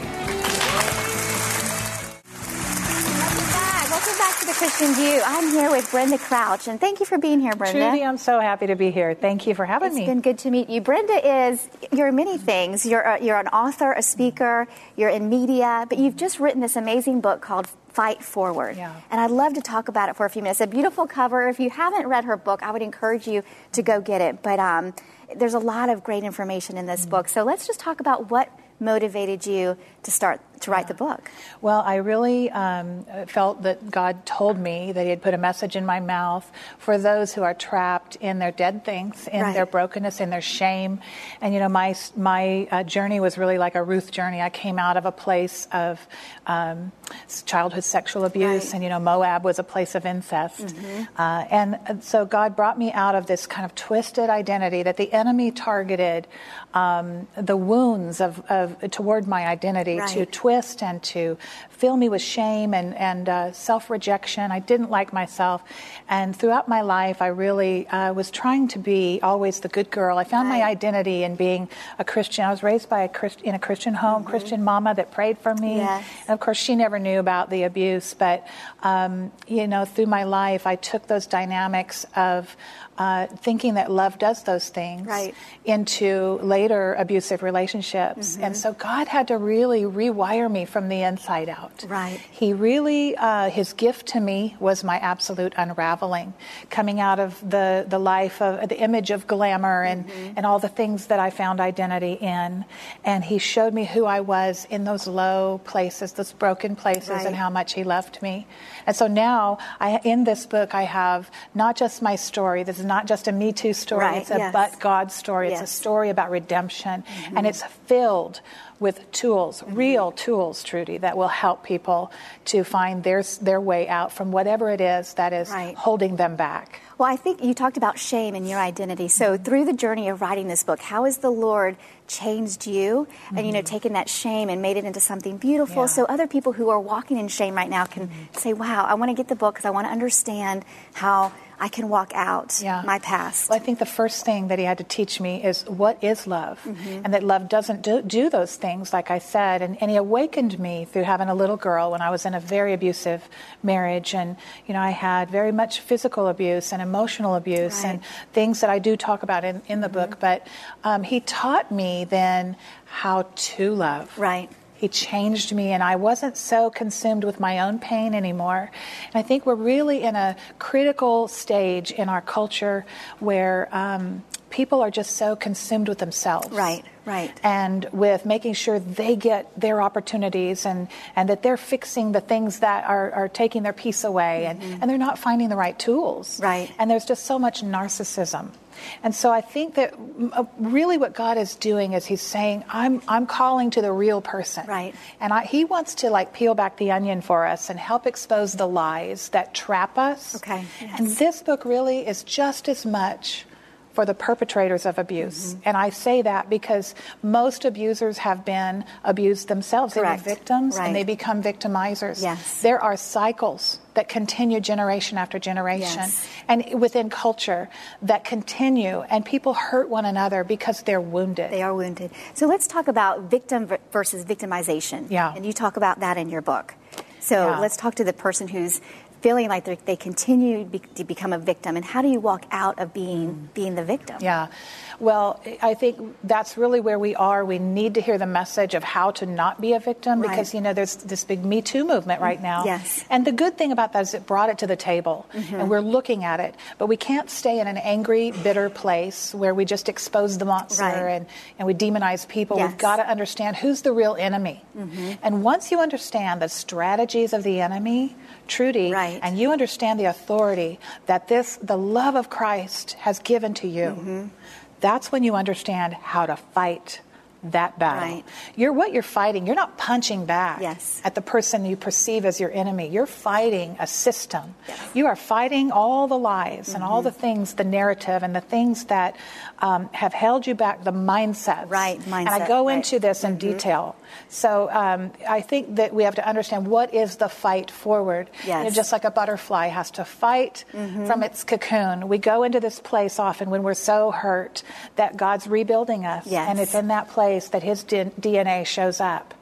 back. Welcome back to the Christian View. I'm here with Brenda Crouch, and thank you for being here, Brenda. Trudy, I'm so happy to be here. Thank you for having It's me. been good to meet you. Brenda is, you're many things. You're, a, you're an author, a speaker, you're in media, but you've just written this amazing book called Fight Forward. Yeah. And I'd love to talk about it for a few minutes. A beautiful cover. If you haven't read her book, I would encourage you to go get it. But um, there's a lot of great information in this Mm. book. So let's just talk about what motivated you to start to write the book. Well, I really um, felt that God told me that He had put a message in my mouth for those who are trapped in their dead things, in Right. their brokenness, in their shame. And you know, my my uh, journey was really like a Ruth journey. I came out of a place of um, s- childhood sexual abuse, Right. and you know, Moab was a place of incest. Mm-hmm. Uh, and and so God brought me out of this kind of twisted identity that the enemy targeted um, the wounds of, of toward my identity to Right. twist twist and to fill me with shame and, and uh, self rejection. I didn't like myself. And throughout my life, I really uh, was trying to be always the good girl. I found my Right. identity in being a Christian. I was raised by a Christ- in a Christian home, Christian mama that prayed for me. Mm-hmm. Yes. And of course, she never knew about the abuse. But, um, you know, through my life, I took those dynamics of uh, thinking that love does those things Right. into later abusive relationships. Mm-hmm. And so God had to really rewire me from the inside out. Right. He really, uh, his gift to me was my absolute unraveling, coming out of the, the life of the image of glamour and, Mm-hmm. and all the things that I found identity in. And he showed me who I was in those low places, those broken places, Right. and how much he loved me. And so now, I, in this book, I have not just my story, this is not just a Me Too story, Right, it's a yes. but God story. It's Yes. a story about redemption. And it's filled with tools, real tools, Trudy, that will help people to find their, their way out from whatever it is that is Right. holding them back. Well, I think you talked about shame and your identity. Mm-hmm. So, through the journey of writing this book, how has the Lord changed you and, you know, taken that shame and made it into something beautiful Mm-hmm. Yeah. Mm-hmm. so other people who are walking in shame right now can say, wow, I want to get the book because I want to understand how I can walk out Yeah. my past. Well, I think the first thing that he had to teach me is what is love, Mm-hmm. and that love doesn't do, do those things, like I said. And, and he awakened me through having a little girl when I was in a very abusive marriage, and you know I had very much physical abuse and emotional abuse, and things that I do talk about in, in Mm-hmm. the book. But um, he taught me then how to love. Right. He changed me, and I wasn't so consumed with my own pain anymore. And I think we're really in a critical stage in our culture where um, people are just so consumed with themselves. Right, right. And with making sure they get their opportunities and, and that they're fixing the things that are, are taking their peace away, and, and they're not finding the right tools. Mm-hmm. Right. And there's just so much narcissism. And so I think that mm, uh, really what God is doing is He's saying, I'm, I'm calling to the real person. Right. And I, He wants to like peel back the onion for us and help expose the lies that trap us. Okay. And this book really is just as much for the perpetrators of abuse. Mm-hmm. And I say that because most abusers have been abused themselves. Correct. They were victims Right. and they become victimizers. Yes. There are cycles that continue generation after generation Yes. and within culture that continue and people hurt one another because they're wounded. They are wounded. So, let's talk about victim v- versus victimization. Yeah. And you talk about that in your book. So, Yeah. let's talk to the person who's feeling like they're- they continue be- to become a victim and how do you walk out of being being the victim? Mm. Yeah. Well, I think that's really where we are. We need to hear the message of how to not be a victim Right. because, you know, there's this big Me Too movement right now. Yes. Mm-hmm. And the good thing about that is it brought it to the table and we're looking at it. But we can't stay in an angry, bitter place where we just expose the monster Right. and, and we demonize people. Yes. Mm-hmm. We've got to understand who's the real enemy. And once you understand the strategies of the enemy, Trudy, Right. and you understand the authority that this the love of Christ has given to you Mm-hmm. that's when you understand how to fight that battle Right. you're what you're fighting you're not punching back Yes. at the person you perceive as your enemy you're fighting a system Yes. Mm-hmm. you are fighting all the lies and all the things the narrative and the things that um, have held you back the mindsets Right, and i mindset, go right. into this in Mm-hmm. detail so um, i think that we have to understand what is the fight forward Yes. Mm-hmm. You know, just like a butterfly has to fight from its cocoon. We go into this place often when we're so hurt that God's rebuilding us. Yes. And it's in that place that His D- DNA shows up.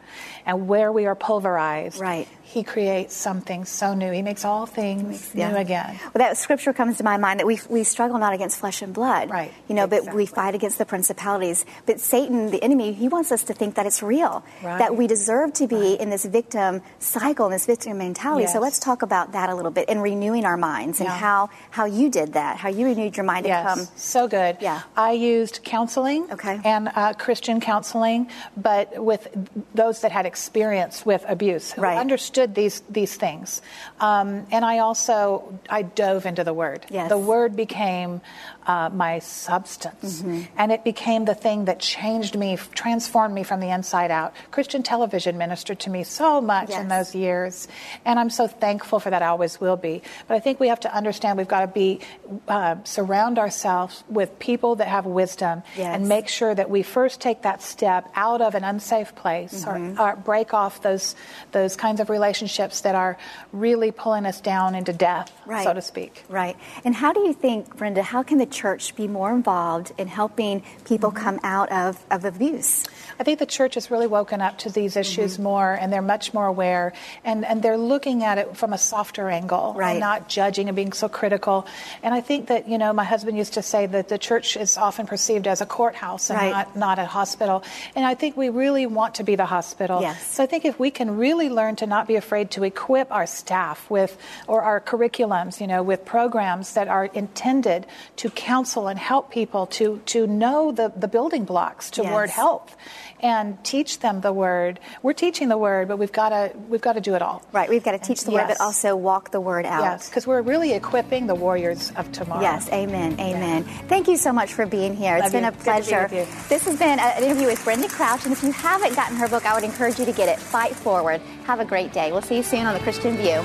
And where we are pulverized, Right. He creates something so new. He makes all things Yeah. new again. Well, that scripture comes to my mind that we, we struggle not against flesh and blood. Right, You know, but we exactly. fight against the principalities. But Satan, the enemy, he wants us to think that it's real, Right. that we deserve to be in this victim cycle, in this victim mentality. So Yes. let's talk about that a little bit and renewing our minds and Yeah. how, how you did that, how you renewed your mind Yes, to come. so good. Yeah. I used counseling Okay. and uh, Christian counseling, but with those that had experience with abuse, who Right. understood these these things. Um, and I also I dove into the Word. Yes. The Word became uh, my substance, Mm-hmm. and it became the thing that changed me, transformed me from the inside out. Christian television ministered to me so much in Yes. those years, and I'm so thankful for that. I always will be. But I think we have to understand we've got to be uh, surround ourselves with people that have wisdom Yes. and make sure that we first take that step out of an unsafe place Mm-hmm. or, or break off those those kinds of relationships that are really pulling us down into death, so to speak. Right. And how do you think, Brenda, how can the church be more involved in helping people Mm-hmm. come out of, of abuse? I think the church has really woken up to these issues Mm-hmm. more, and they're much more aware, and, and they're looking at it from a softer angle, and Right. not judging and being so critical. And I think that you know, my husband used to say that the church is often perceived as a courthouse and Right. not, not a hospital. And I think we really want to be the hospital. Yes. So I think if we can really learn to not be afraid to equip our staff with or our curriculums, you know, with programs that are intended to counsel and help people to, to know the, the building blocks to Yes. word health and teach them the word. We're teaching the word, but we've got to we've got to do it all. Right, we've got to teach the word, Yes. but also walk the word out. Yes, because we're really equipping the warriors of tomorrow. Yes, amen, amen. Thank you so much for being here. It's Love been you. a Good to be with pleasure. you. This has been an interview with Brenda Crouch, and if you haven't gotten her book, I would encourage you to get it. Fight Forward. Have a great day. We'll see you soon on The Christian View.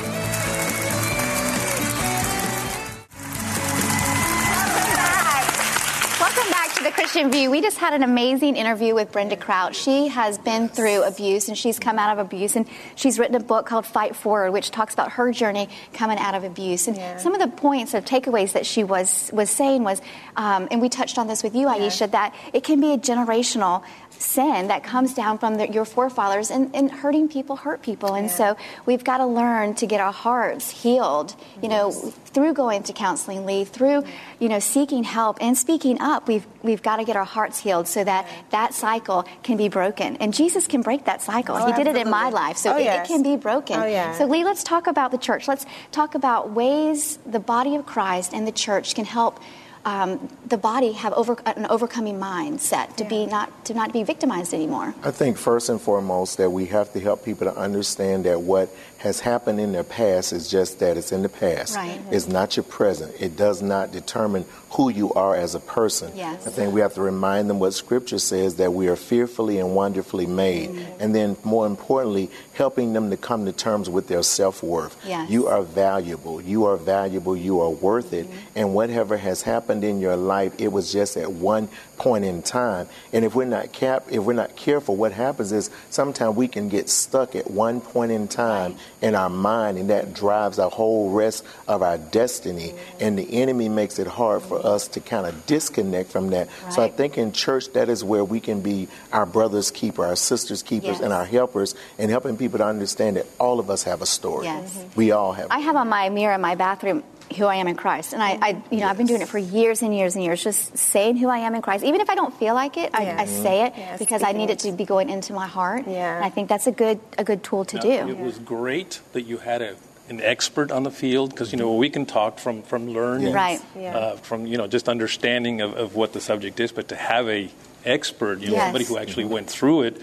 Welcome back. Welcome back to the Christian View. We just had an amazing interview with Brenda Crouch. She has been through abuse and she's come out of abuse and she's written a book called Fight Forward, which talks about her journey coming out of abuse. And some of the points or takeaways that she was was saying was, um, and we touched on this with you, Aisha, that it can be a generational sin that comes down from the, your forefathers and, and hurting people hurt people and so we've got to learn to get our hearts healed you know through going to counseling lee through you know seeking help and speaking up we've we've got to get our hearts healed so that that cycle can be broken and jesus can break that cycle he did it in my life so Oh, it, it yes. can be broken Oh, yeah. so lee let's talk about the church let's talk about ways the body of christ and the church can help um, the body have over, an overcoming mindset to be not to not be victimized anymore. I think first and foremost that we have to help people to understand that what has happened in their past is just that it's in the past. Right. It's not your present. It does not determine who you are as a person. Yes. I think we have to remind them what scripture says that we are fearfully and wonderfully made. And then more importantly, helping them to come to terms with their self-worth. Yes. You are valuable. You are valuable. You are worth it. Mm-hmm. And whatever has happened in your life, it was just at one point in time. And if we're not cap, if we're not careful, what happens is sometimes we can get stuck at one point in time in our mind, and that drives our whole rest of our destiny. Mm-hmm. And the enemy makes it hard for us to kind of disconnect from that. So I Right. think in church, that is where we can be our brother's keeper, our sister's keepers, Yes. and our helpers, and helping people to understand that all of us have a story. Yes. Mhm. We all have. I have on my mirror in my bathroom who I am in Christ, and I, I Mm. you know, I've been doing it for years and years and years, just saying who I am in Christ, even if I don't feel like it, I, I say it Yes, because I speaking need it it. to be going into my heart. Yeah. and I think that's a good a good tool to Now, do. It was great that you had a, an expert on the field because you know we can talk from from learning, Right. Yeah. Uh, from you know just understanding of, of what the subject is, but to have a expert, you know, Yes. somebody who actually went through it.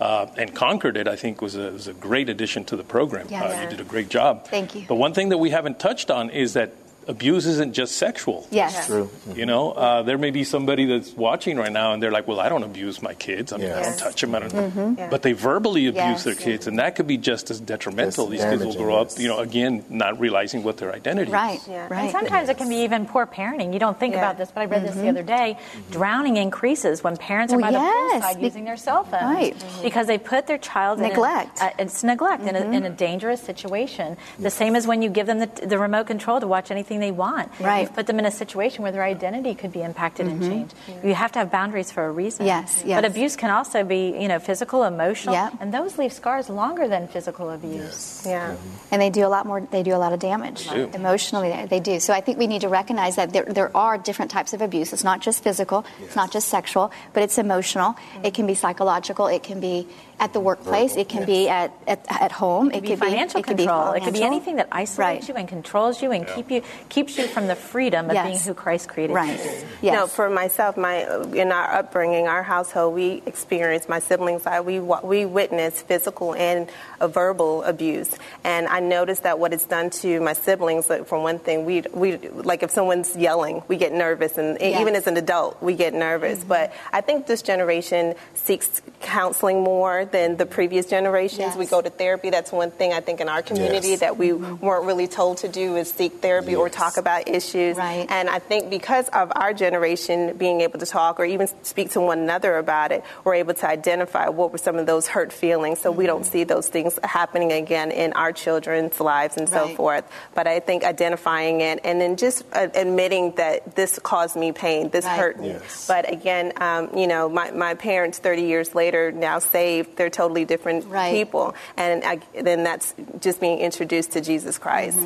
Uh, and conquered it, I think, was a, was a great addition to the program. Yes. Uh, you did a great job. Thank you. But one thing that we haven't touched on is that abuse isn't just sexual. Yes, That's True. You know, uh, there may be somebody that's watching right now and they're like, well, I don't abuse my kids. I mean, I don't Yes. touch them. I don't, But they verbally abuse Mm-hmm. Yes. their kids, and that could be just as detrimental. Just These kids will damaging, grow up, yes. you know, again, not realizing what their identity right, is. Yeah. And right. Mm-hmm. sometimes it can be even poor parenting. You don't think Yeah. about this, but I read this the other day. Drowning increases when parents are Oh, by yes. the poolside Be- using their cell phones Mm-hmm. Right. because they put their child Neglect. Mm-hmm. In a, uh, it's neglect in, a, in a dangerous situation. The same as when you give them the, the remote control to watch anything they want. Right. Mm-hmm. You put them in a situation where their identity could be impacted and changed. You have to have boundaries for a reason. Yes, yes. But abuse can also be, you know, physical, emotional, Yep. and those leave scars longer than physical abuse. Yeah. and they do a lot more they do a lot of damage They do. emotionally they- they do so i think we need to recognize that there, there are different types of abuse it's not just physical it's not just sexual but it's emotional Mm-hmm. it can be psychological it can be at the workplace it can be at, at, at home it, It could could be financial it could be control. It could be financial. anything that isolates Right. you and controls you and keep you keeps you from the freedom of Yes. being who Christ created. right you. yes No, for myself, my in our upbringing, our household, we experienced my siblings. I, we wa- we witnessed physical and uh, verbal abuse, and I noticed that what it's done to my siblings. Like for one thing, we we like if someone's yelling, we get nervous, and e, Yes. Mm-hmm. even as an adult, we get nervous. But I think this generation seeks counseling more than the previous generations. Yes. Mm-hmm. We go to therapy. That's one thing I think in our community Yes. that we weren't really told to do is seek therapy or Yes. talk about issues. Right. And I think because of our generation being able to talk or even speak to one another about it, we're able to identify what were some of those hurt feelings so we Mm-hmm. don't see those things happening again in our children's lives and so Right. forth. But I think identifying it and then just uh, admitting that this caused me pain, this Right. hurt me. Yes. But again, um, you know, my, my parents 30 years later, now saved, they're totally different Right. people. And I, then that's just being introduced to Jesus Christ.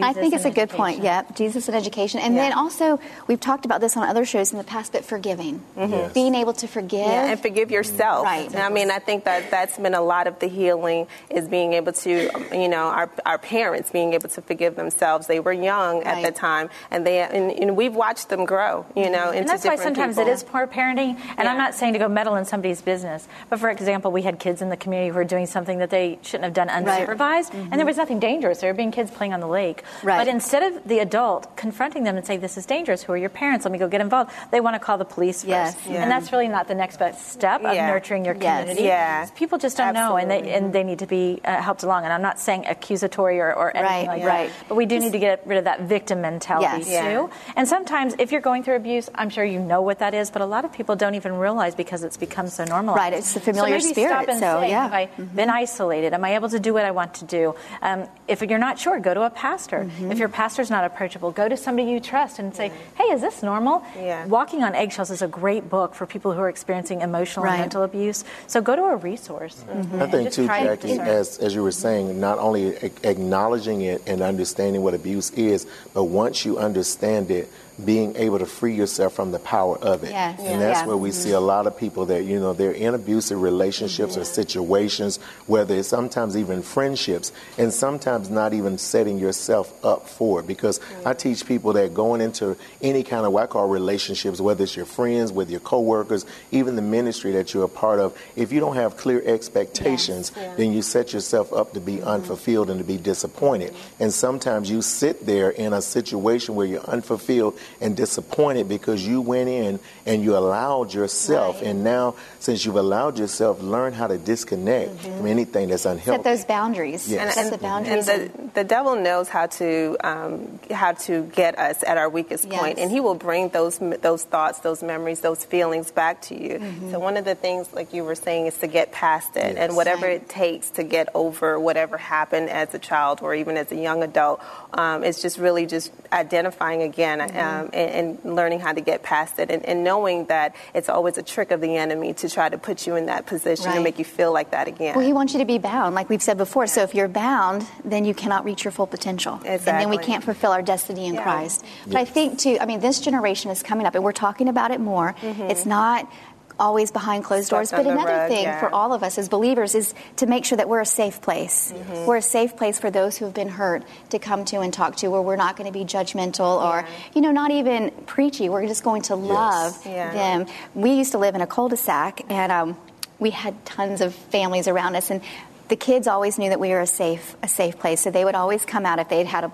I think Jesus it's a and good point. education. step, Jesus and education. And then Yeah. also, we've talked about this on other shows in the past, but forgiving. Mm-hmm. Yes. Being able to forgive. Yeah, and forgive yourself. Right. And I mean, I think that that's been a lot of the healing is being able to, um, you know, our, our parents being able to forgive themselves. They were young at the Right. time, and they and, and we've watched them grow. You know, into Mm-hmm. and that's why different sometimes people. it is poor parenting. And I'm Yeah. not saying to go meddle in somebody's business, but for example, we had kids in the community who were doing something that they shouldn't have done Right. unsupervised, Mm-hmm. and there was nothing dangerous. There were being kids playing on the lake, Right. but instead of the adult confronting them and saying, "This is dangerous. Who are your parents? Let me go get involved," they want to call the police Yes. first, Yeah. and that's really not the next best step of Yeah. nurturing your Yes. community. Yeah. People just don't know, and they Absolutely. and they need to be uh, helped along. And I'm not saying accusatory or, or Right, anything like right. that, but we do need to get rid of that victim mentality Yes. too. Yeah. And sometimes, if you're going through abuse, I'm sure you know what that is, but a lot of people don't even realize because it's become so normal. Right, it's the familiar so maybe Stop spirit, and so, say, yeah. Mm-hmm. Have I been isolated? Am I able to do what I want to do? Um, if you're not sure, go to a pastor. Mm-hmm. If your pastor's not approachable, go to somebody you trust and say, Hey, is this normal? Yeah. Walking on Eggshells is a great book for people who are experiencing emotional Right. and mental abuse. So go to a resource. Mm-hmm. I think Just too, try to Jackie, discern. as, as you were saying, not only a- acknowledging it and understanding what abuse is, but once you understand it, being able to free yourself from the power of it. Yes. And that's Yeah. where we see a lot of people that, you know, they're in abusive relationships or situations, whether it's sometimes even friendships, and sometimes not even setting yourself up for it. Because I teach people that going into any kind of what I call relationships, whether it's your friends, with your coworkers, even the ministry that you're a part of, if you don't have clear expectations, then you set yourself up to Mm-hmm. be unfulfilled and to be disappointed. And sometimes you sit there in a situation where you're unfulfilled and disappointed because you went in and you allowed yourself. And now, since you've allowed yourself, learn how to disconnect from anything that's unhealthy. Mm-hmm. Set those boundaries. Yes. Set the boundaries. And the, the devil knows how to um, how to get us at our weakest Yes. point, and he will bring those those thoughts, those memories, those feelings back to you. Mm-hmm. So one of the things, like you were saying, is to get past Yes. it, and whatever Right. it takes to get over whatever happened as a child or even as a young adult, um, it's just really just identifying again Mm-hmm. um, and, and learning how to get past it, and, and knowing that it's always a trick of the enemy to try to put you in that position Right. and make you feel like that again. Well, he wants you to be bound, like we've said before. So if you're bound, then you cannot reach your full potential. And then we Exactly. can't fulfill our destiny in Yeah. Christ. But I think, too, I mean, this generation is coming up, and we're talking about it more. Mm-hmm. It's not always behind closed doors. Swept But under another rug, thing yeah. for all of us as believers is to make sure that we're a safe place. We're a safe place for those who have been hurt to come to and talk to, where we're not going to be judgmental or, you know, not even preachy. We're just going to love Yeah. them. We used to live in a cul-de-sac, and um, we had tons of families around us, and the kids always knew that we were a safe, a safe place. So they would always come out if they'd had a,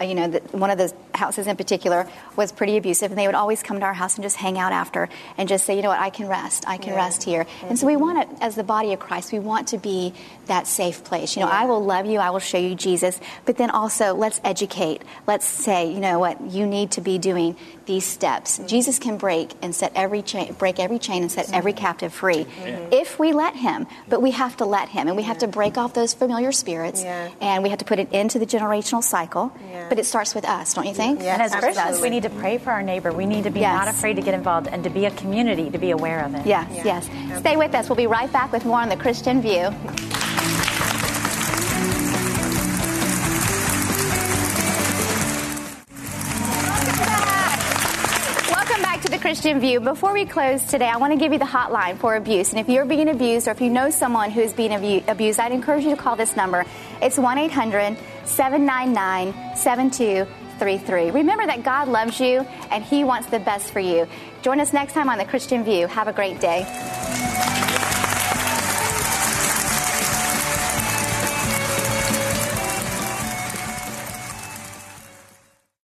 a- you know, the, one of the houses in particular was pretty abusive, and they would always come to our house and just hang out after, and just say, you know what, I can rest, I can rest here. And so we want to, as the body of Christ, we want to be that safe place. You know, I will love you, I will show you Jesus, but then also let's educate. Let's say, you know what, you need to be doing these steps. Mm-hmm. Jesus can break and set every chain, break every chain and set every captive free Mm-hmm. if we let him. But we have to let him, and we have to break off those familiar spirits, Yeah. and we have to put it into the generational cycle. Yeah. But it starts with us, don't you think? Yeah. And as Absolutely. Christians, we need to pray for our neighbor. We need to be Yes. not afraid to get involved and to be a community, to be aware of it. Yes, yes. Stay with us. We'll be right back with more on the Christian View. Welcome back to the Christian View. Before we close today, I want to give you the hotline for abuse. And if you're being abused or if you know someone who is being abu- abused, I'd encourage you to call this number. It's 1 800 799 7233. Remember that God loves you and He wants the best for you. Join us next time on the Christian View. Have a great day.